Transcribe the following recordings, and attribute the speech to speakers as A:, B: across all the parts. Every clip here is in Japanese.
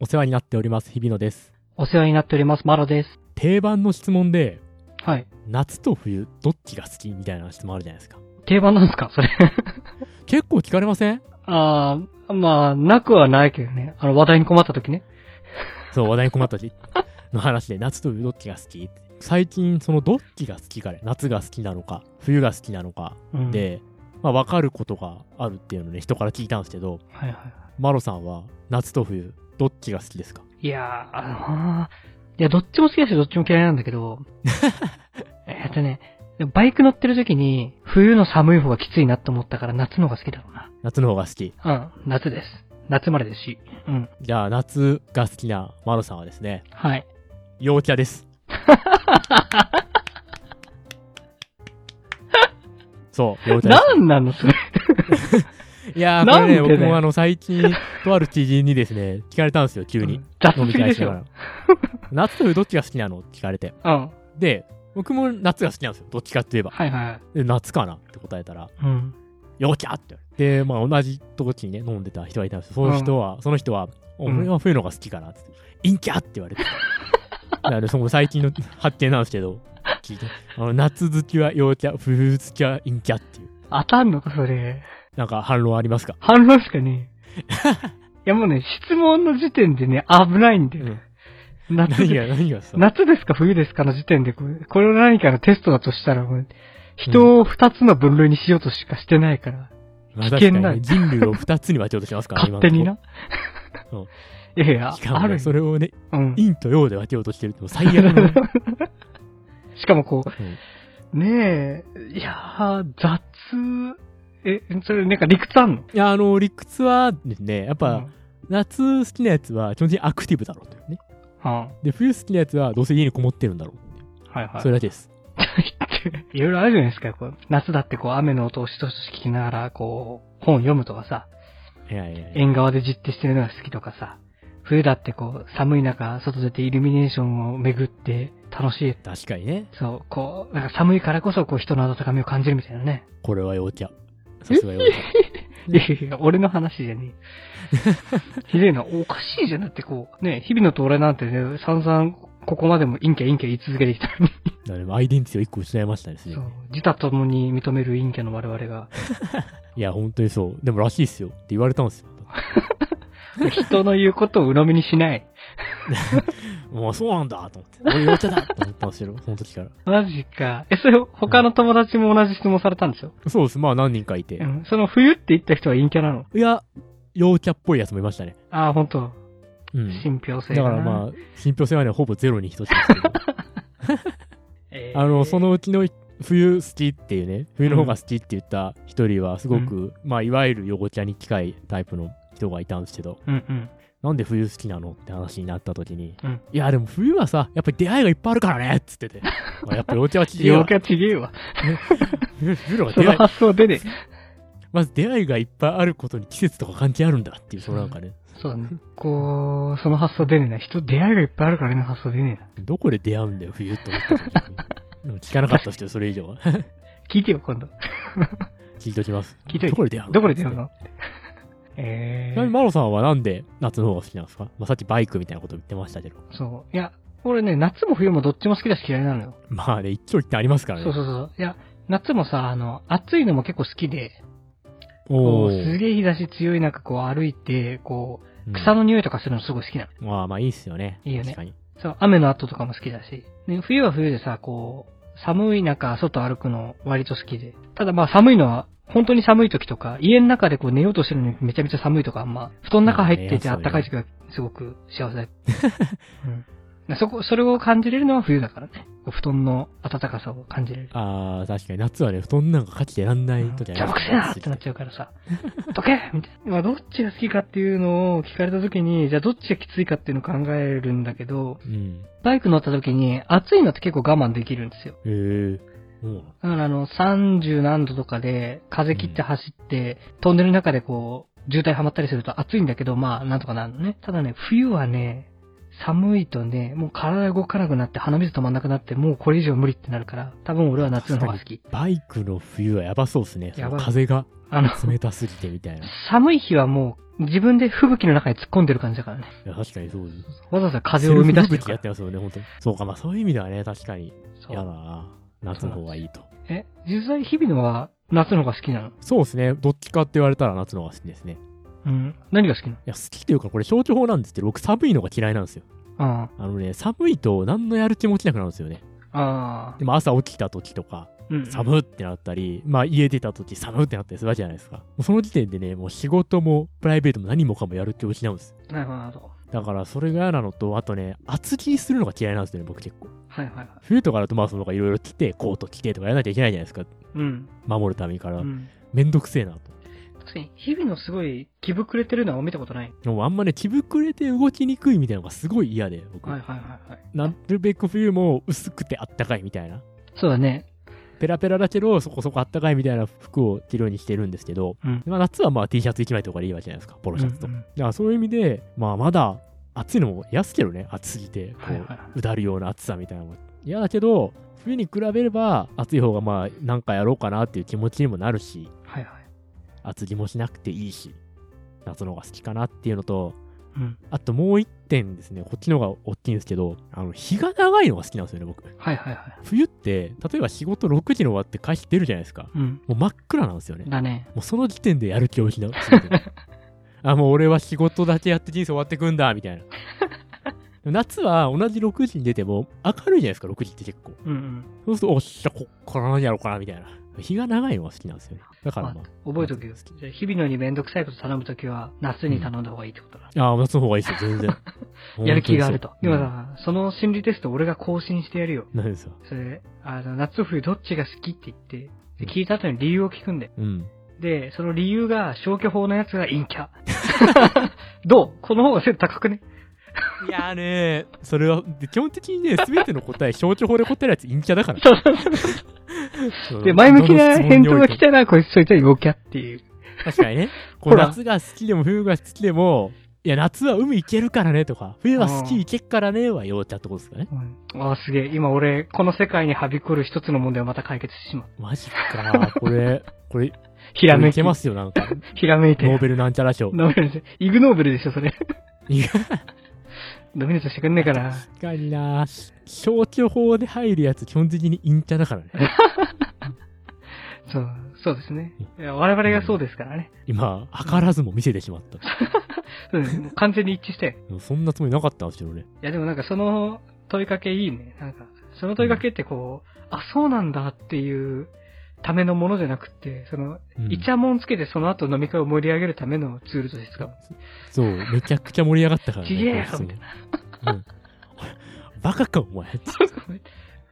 A: お世話になっております、日比野です。
B: お世話になっております。マロです。
A: 定番の質問で、
B: はい。
A: 夏と冬、どっちが好きみたいな質問あるじゃないですか。
B: 定番なんですかそれ。
A: 結構聞かれません
B: ああ、まあ、なくはないけどね。あの、話題に困った時ね。
A: そう、話題に困った時の話で、夏と冬どっちが好き最近、そのどっちが好きかで、夏が好きなのか、冬が好きなのか
B: うん、
A: で、まあ、分かることがあるっていうのね、人から聞いたんですけど、
B: はいはいは
A: マロさんは、夏と冬、どっちが好きですか
B: い。いやー、あのーいや、どっちも好きだし、どっちも嫌いなんだ けど。えっとね、でもバイク乗ってる時に、冬の寒い方がきついなと思ったから、夏の方が好きだろうな。
A: 夏の方が好き。
B: うん、夏です。夏までですし。うん。
A: じゃあ、夏が好きなマロさんはですね、
B: はい。
A: 陽キャ です。そう、陽キャで
B: なんなんのそれ。
A: す。いやー、これね、
B: なんでね
A: 僕もあの、最近、とある知人にですね、聞かれたんですよ、急に。
B: 雑
A: 飲み
B: すぎで
A: 会
B: す
A: しなが
B: よ。
A: ら。夏と冬どっちが好きなのって聞かれて。
B: うん。はい
A: で、僕も夏が好きなんですよ、どっちかって言えば。
B: はいはい。
A: で夏かなって答えたら、
B: うん。
A: 陽キャって言われて。で、まあ、同じとこにね、飲んでた人がいたんですよ。その人は、その人は、
B: うん
A: 俺は冬の方が好きかなって言って。陰 キャって言われてた。なので、その最近の発見なんですけど、聞いて。あの夏好きは陽キャ、冬好きは陰キャっていう。
B: 当たんのか、それ。
A: なんか反論ありますか
B: 反論しかね え。いやもうね、質問の時点でね、危ないんだよ。
A: うん
B: 夏
A: 何
B: で
A: が、何がさ。
B: 夏ですか冬ですかの時点でこれ、これを何かのテストだとしたらもう、人を二つの分類にしようとしかしてないから、
A: まあ
B: 危険な
A: 確かにね人類を二つに分けようとしますから、
B: 勝 手にな。
A: うん
B: いやいや、
A: 今のところ。しか
B: あ
A: も
B: る
A: ね、それをね、
B: うん。
A: 陰と陽で分けようとしてるって、もう最悪の ね、
B: しかもこ
A: うん
B: う、ねえ、いやー、雑、え、それなんか理屈あんの
A: いや、あの、理屈はですね、やっ
B: う
A: ぱ、
B: ん
A: 夏好きなやつは基本的にアクティブだろうというね。
B: うん。は
A: で、冬好きなやつはどうせ家にこもってるんだろうっていう
B: いはい。
A: それだけです。
B: いろいろあるじゃないですか。こう夏だってこう雨の音をしとしとし聞きながら、こう、本読むとかさ、
A: いやいやいや。
B: 縁側でじっとしてるのが好きとかさ、冬だってこう、寒い中、外出てイルミネーションを巡って楽しい。
A: 確かにね。
B: そう、こう、なんか寒いからこそ、こう、人の温かみを感じるみたいなね。
A: これは陽キャ。さすが陽キャ。
B: いやいやいや、俺の話じゃねえ。ひでえな、おかしいじゃん。だってこう、ね、日々のと俺なんてね、散々、ここまでも陰キャ陰キャ言い続けてきたのに。
A: だからもうアイデンティティを一個失いましたね、すで
B: そ
A: に
B: う、自他ともに認める陰キャの我々が、
A: いや、本当にそう。でもらしいっすよって言われたんですよ。
B: 人の言うことを鵜呑みにしない。
A: もうそうなんだと思って。俺陽キャだと思ったんですよ、その時から。
B: マジか。え、それ、他の友達も同じ質問されたんでしょ、
A: そうです。まあ何人かいて
B: う。ん、その冬って言った人は陰キャなの
A: いや、陽キャっぽいやつもいましたね。
B: ああ、ほんと。
A: うん。
B: 信憑性
A: だからまあ、信憑性はね、ほぼゼロに等しいんですけど。あの、そ、のうちの冬好きっていうね、冬の方が好きって言った一人は、すごく、まあ、いわゆる汚ちゃに近いタイプの人がいたんですけど、
B: えーうんうん。
A: なんで冬好きなのって話になった時に、
B: うん
A: いや、でも冬はさ、やっぱり出会いがいっぱいあるからねっつ ってて、まあやっぱ幼稚は違う
B: 陽
A: よ
B: キ。ャちげえわ。
A: 冬冬の方が
B: その
A: 出会い、
B: 発想出ね
A: まず出会いがいっぱいあることに季節とか関係あるんだ っていう、そのなんかね、
B: え。そうだね。こう、その発想出ねえな。人、出会いがいっぱいあるからね、発想出ねえな。
A: どこで出会うんだよ、冬と思った時 に。でも聞かなかった人、それ以上は。
B: 聞いてよ、今度。
A: 聞いておきます。
B: 聞いといて
A: どこで出会うの
B: どこで出会 うのえ
A: ちなみに
B: ー、
A: マロさんはなんで夏の方が好きなんですか、まあ、さっきバイクみたいなこと言ってました けど。
B: そう。いや、俺ね、夏も冬もどっちも好きだし嫌いなのよ。
A: まあね、一長一短ありますからね。
B: そうそうそう。いや、夏もさ、あの、暑いのも結構好きで、こ
A: お
B: う
A: ー
B: すげえ日差し強い中こう歩いて、こう、草
A: うん
B: の匂いとかするのすごい好きなの。
A: まあまあいいっすよね。
B: いいよね
A: 確かに。
B: そう、雨の後とかも好きだし。ね、冬は冬でさ、こう、寒い中外歩くの割と好きで。ただまあ寒いのは、本当に寒い時とか、家の中でこう寝ようとしてるのにめちゃめちゃ寒いとか、まあ、布団の中入ってて
A: まあ
B: 暖
A: ね
B: かい時はすごく幸せだ。うん、そこ、それを感じれるのは冬だからね。こう布団の暖かさを感じれる。
A: ああ、確かに夏はね、布団なんかかきてやんない時あり
B: 邪
A: ます
B: 魔くせえなっ
A: 暑すぎ
B: てなっちゃうか らさ、どけみたいな。まあ、どっちが好きかっていうのを聞かれた時に、じゃあどっちがきついかっていうのを考えるんだけど、
A: うん。
B: バイク乗った時に暑いのって結構我慢できるんですよ。
A: へえうん。
B: だからあの、30何度とかで風切って走って、トンネルの中でこう、渋滞はまったりすると暑いんだけど、まあ、なんとかなるのね。ただね、冬はね、寒いとね、もう体動かなくなって鼻水止まんなくなって、もうこれ以上無理ってなるから、多分俺は夏の方が好き。
A: バイクの冬はやばそうですね。そ
B: や
A: の
B: ばい
A: 風が
B: あの、
A: 冷たすぎてみたいな。い
B: 寒い日はもう自分で吹雪の中に突っ込んでる感じだからね。
A: や確かにそうです。
B: わざわざ風を生み出してる
A: セルフ吹雪
B: か
A: やっ
B: ら。
A: てますよね、本当に。そうか、まあそういう意味ではね、確かに。
B: そ
A: 嫌だ
B: う。
A: な。夏の方がいいと。
B: え、実際日々のは夏の方が好きなの
A: そうですね。どっちかって言われたら夏の方が好きですね。
B: うん。何が好きなの
A: いや、好きというか、これ消去法なんですけど、僕寒いのが嫌いなんですよ。
B: あ
A: あのね、寒いと何のやる気も起きなくなるんですよね。
B: あ。ああ。
A: でも朝起きた時とか、
B: うん
A: 寒ってなったり、まあ家出た時寒ってなったりするわけじゃないですか。もうその時点でね、もう仕事もプライベートも何もかもやる気を失うんです。
B: なるほど、なるほど。
A: だからそれが嫌なのと、あとね、厚着するのが嫌いなんですよね、僕結構。
B: はいはいはい。
A: 冬とかだとまあそのいろいろ着て、コート着てとかやらなきゃいけないじゃないですか。
B: うん。
A: 守るためにか
B: う
A: ら。
B: ん。
A: めんどくせえなと。
B: 確かに、日々のすごい気膨れてるのは見たことない。
A: でもあんまね、着膨れて動きにくいみたいなのがすごい嫌で、僕。
B: はいはいはいはい。
A: なるべく冬も薄くてあったかいみたいな。
B: そうだね。
A: ペラペラだけど、そこそこあったかいみたいな服を着るようにしてるんですけど、
B: うん
A: まあ、夏はまあ T シャツ1枚とかでいいわけじゃないですか、ポロシャツと。
B: うんうん
A: だからそういう意味で、まあまだ暑いのも安すけどね、暑すぎて、こ、
B: はいはいはいう
A: うだるような暑さみたいなのも嫌だけど、冬に比べれば暑い方がまあなんかやろうかなっていう気持ちにもなるし、
B: はいはい。
A: 厚着もしなくていいし、夏の方が好きかなっていうのと、
B: うん。
A: あともう一点ですね、こっちの方が大きいんですけど、あの、日が長いのが好きなんですよね、僕。
B: はいはいはい。
A: 冬って、例えば仕事6時に終わって会社出るじゃないですか。
B: うん。
A: もう真っ暗なんですよね。
B: だね。
A: もうその時点でやる気を失う。全てあ、もう俺は仕事だけやって人生終わってくんだ、みたいな。でも夏は同じ6時に出ても明るいじゃないですか、6時って結構。
B: うん
A: そ
B: うん。
A: うすると、おっしゃ、こっから何やろうかな、みたいな。日が長いのが好きなんですよね。だからまあ。
B: 覚えとけよ。じゃあ日々のにめんどくさいこと頼むときは、夏に頼んだ方がいいってことだ。
A: ああ、夏の方がいいですよ、全然。
B: やる気があると
A: 本。当
B: で
A: に
B: も
A: そう
B: さ、その心理テスト俺が更新してやるよ。
A: うんなんですよ。
B: それ、あの、夏と冬どっちが好きって言って、で聞いた後に理由を聞くんだよ。
A: うん。
B: で、その理由が消去法のやつが陰キャ。 どうこの方が精度高くね
A: いやーねー、それは、で基本的にね、すべての答え、象徴法で答えるやつ陰キャだから。
B: そうそう
A: その
B: で、前向きな返答が来。
A: どの質問において
B: たら、こいつそいつは陽キャっていう。
A: も確か にね。こ
B: ほ
A: う
B: ら
A: 夏が好きでも冬が好きでも、いや、夏は海行けるからねとか、冬はスキー行けっからねは陽キャってことですかね。
B: うん、ああ、すげえ。今俺、この世界にはびこる一つの問題をまた解決してしまう。
A: マジか。こ れ、これ、
B: ひらめい
A: いけ
B: て。
A: ますよ、なんか。
B: ひらめいて。
A: ノーベルなんちゃら 賞。
B: ノーベルです。イグノーベルでしょ、それ。
A: い や、
B: ノミネートしてくんねえから。
A: 確かにな消去法で入るやつ、基本的に陰キャだからね。
B: そう、そうですね。いや我々がそうですからね。
A: 今、図らずも見せてしまった。
B: そうですもう完全に一致して。
A: でもそんなつもりなかったんですけどね。
B: いや、でもなんかその問いかけいいね。なんか、その問いかけってこう、あ、そうなんだっていうためのものじゃなくって、その、
A: うん
B: イチャモンつけてその後飲み会を盛り上げるためのツールとして使う。
A: そう、めちゃくちゃ盛り上がったからね。
B: ちげえよ
A: こいつ
B: みたい
A: うんバカか、お前。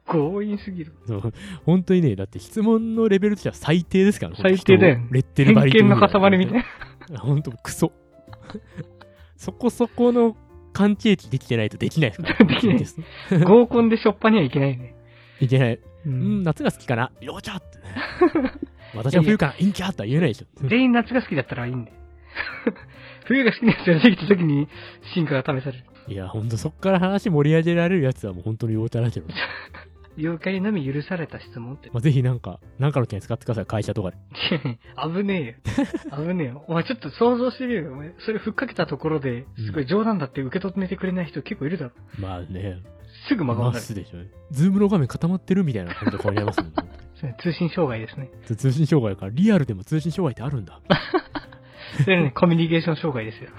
B: 強引すぎる。
A: そう 本当にね、だって質問のレベルとしては最低ですからね。
B: 最低だよ
A: 人をレッテル
B: 偏
A: バリ
B: 見の塊みたい
A: な
B: な。。
A: 本当、クソ。そこそこの関係値できてないとできないですから。。
B: できないです合コンでしょっぱにはいけないね。
A: いけない。
B: う
A: うんん、夏が好き かな。よちゃってね。私は冬かな。陰キャーとは言えないでしょ。
B: 全員夏が好きだったらいいんだよ。 冬が好きなやつができた時に進化が試される。
A: いや、ほんと、そっから話盛り上げられるやつはもう本当に陽キャだ けど。
B: 妖怪のみ許された質問って。
A: まあ、ぜひなんか、なんかの件使ってください。会社とかで。
B: 危ねえよ。危ねえよ。お前ちょっと想像してみるよ。お前それふっかけたところで
A: うん、
B: すごい冗談だって受け止めてくれない人結構いるだろ。
A: まあね。
B: すぐ真顔になる。
A: すでしょ。ズームの画面固まってるみたいな感じでこれやりますもんね。
B: それ通信障害ですね。
A: そう通信障害だから、リアルでも通信障害ってある んだ。
B: それね、コミュニケーション障 害ですよ。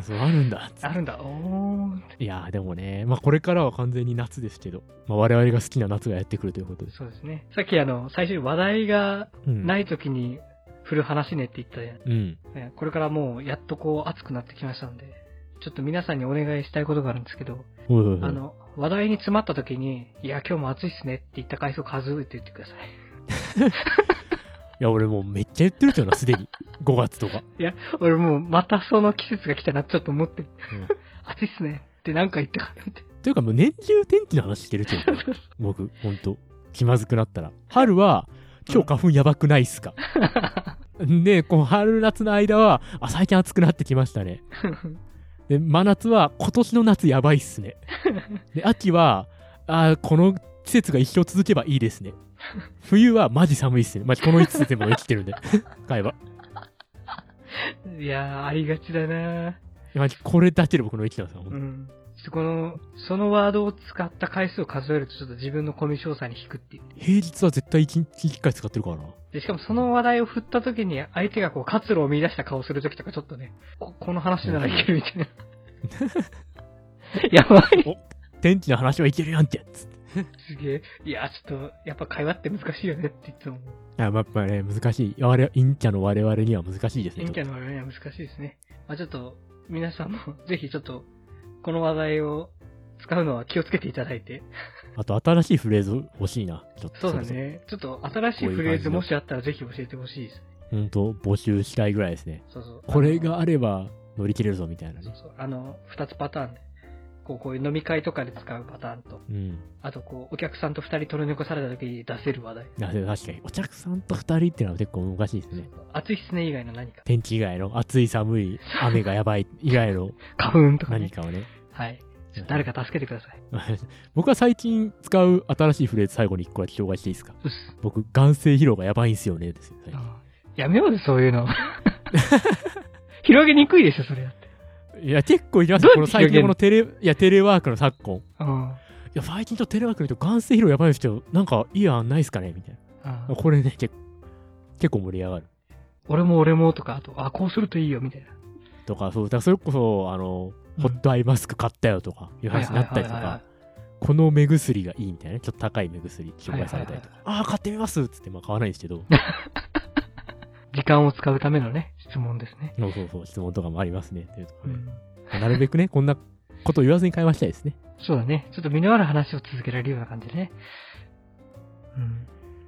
A: そう、あるんだ。
B: あるんだ。おー。
A: いやー、でもね、まあこれからは完全に夏ですけど、まあ我々が好きな夏がやってくるということです。
B: そうですね。さっきあの、最初に話題が
A: うん。。
B: ないい時に振る話ねって言ったじゃん。
A: うん。
B: ねこれからもうやっとこう暑くなってきましたんで、ちょっと皆さんにお願いしたいことがあるんですけど、
A: おいおいお
B: あ
A: い
B: の、話題に詰まった時に、いや、今日も暑いっすねって言った回数数えて言ってください。
A: いや、俺もうめっちゃ言ってるけどな、すでに。5月 とか。
B: いや、俺もうまたその季節が来たなってちょっと思って、
A: うん
B: 暑いっすねってなんか言ってからって。
A: というかもう年中天気の話してるけど、僕、ほんと、気まずくなったら。春は、今日花粉やばくないっす か、で、この春夏の間は、あ、最近暑くなってきましたね。で、真夏は今年の夏やばいっす ね。で、秋は、あーこの季節が一生続けばいいですね。冬はマジ寒いっすね。マジこの季節でも生きて るんで。会話。
B: いやー、ありがちだな
A: マジこれだけで僕の生きてますよ。ほん
B: う
A: と
B: ん。ちょっとこの、そのワードを使った回数を数えるとちょっと自分のコミュ障さに引くっていう。
A: 平日は絶対一日一回使ってるからな。
B: で、しかもその話題を振った時に相手がこう活路を見出した顔する時とかちょっとね、ここの話ならいけるみたいな。 やばい。
A: 天気の話はいけるやんって。つって
B: すげえ。いや、ちょっと、やっぱ会話って難しいよねっていつも思う。
A: あまあ、まあね、難しい。我々、陰キャの我々には難しいですね。
B: 陰キャの我々には難しいですね。まあちょっと、皆さんも ぜひちょっと、この話題を使うのは気をつけていただいて。
A: あと、新しいフレーズ欲しいな。ちょっと
B: そうだ
A: ろろ
B: ね。ちょっと新しいフレーズもしあったらぜひ教えてほしいです。
A: ほんと、募集したいぐらいですね。
B: そうそう。
A: これがあれば乗り切れるぞみたいな
B: そう
A: ね。
B: そう。あの、二つパターンね。こう、こういう飲み会とかで使うパターンと、
A: うん。
B: あとこう、お客さんと二人取り残された時に出せる話題。
A: あでも確かに、お客さんと二人ってのは結構難しいですね。
B: 暑いっすね以外の何か。
A: 天気以外の暑い寒い雨がやばい以外の
B: 花粉とか、
A: 何
B: ね。
A: かをね。
B: はい。誰か助けてください。
A: 僕は最近使う新しいフレーズ最後に一個だけ紹介していいですか
B: うっす。
A: 僕、眼性疲労がやばいんすよね。ですよね
B: やめようぜ、そういうの。 広げにくいでしょ、それだって。
A: いや、結構いります
B: どうやって
A: この最近のこのテレ、いや、テレワークの昨今。い
B: うん。
A: や、最近ちょっとテレワークの人、眼性疲労やばいんですけど、なんかいい案ないっすかねみたいな。これね、結構、結構盛り上がる。
B: 俺も俺もとか、あと、あ、こうするといいよ、みたいな。
A: とか、そう、だからそれこそ、あの、
B: うん
A: ホットアイマスク買ったよとか、いう話になったりと
B: はいはいはい
A: か
B: は、
A: この目薬がいいみたいなね、ちょっと高い目薬紹介されたりとか、ああー、買ってみますっつって、まあ買わないんですけ ど、
B: い。時間を使うためのね、質問ですね。
A: そうそうそう、質問とかもありますね。っていうとこ
B: う
A: ろで
B: ん。
A: なるべくね、こんなことを言わずに会話したいですね。
B: そうだね。ちょっと身のある話を続けられるような感じでね。うん。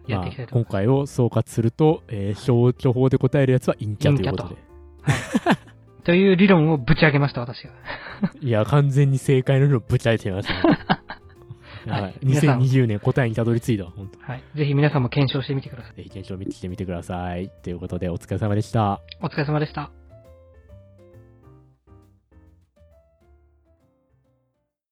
B: やっていきたいと
A: まあ
B: 思
A: 今回を総括すると、えー消去法で答えるやつは陰キャということで。
B: う。という理論をぶち上げました、私が。
A: いや、完全に正解の量ぶち上げてみま したね。
B: はい
A: はい、
B: 皆さん
A: 2020年答えにたどり着いたわ、本当。
B: はい。ぜひ皆さんも検証してみてください。
A: ぜひ検証見てきてみてください。ということで、お疲れ様でした。
B: お疲れ様でした。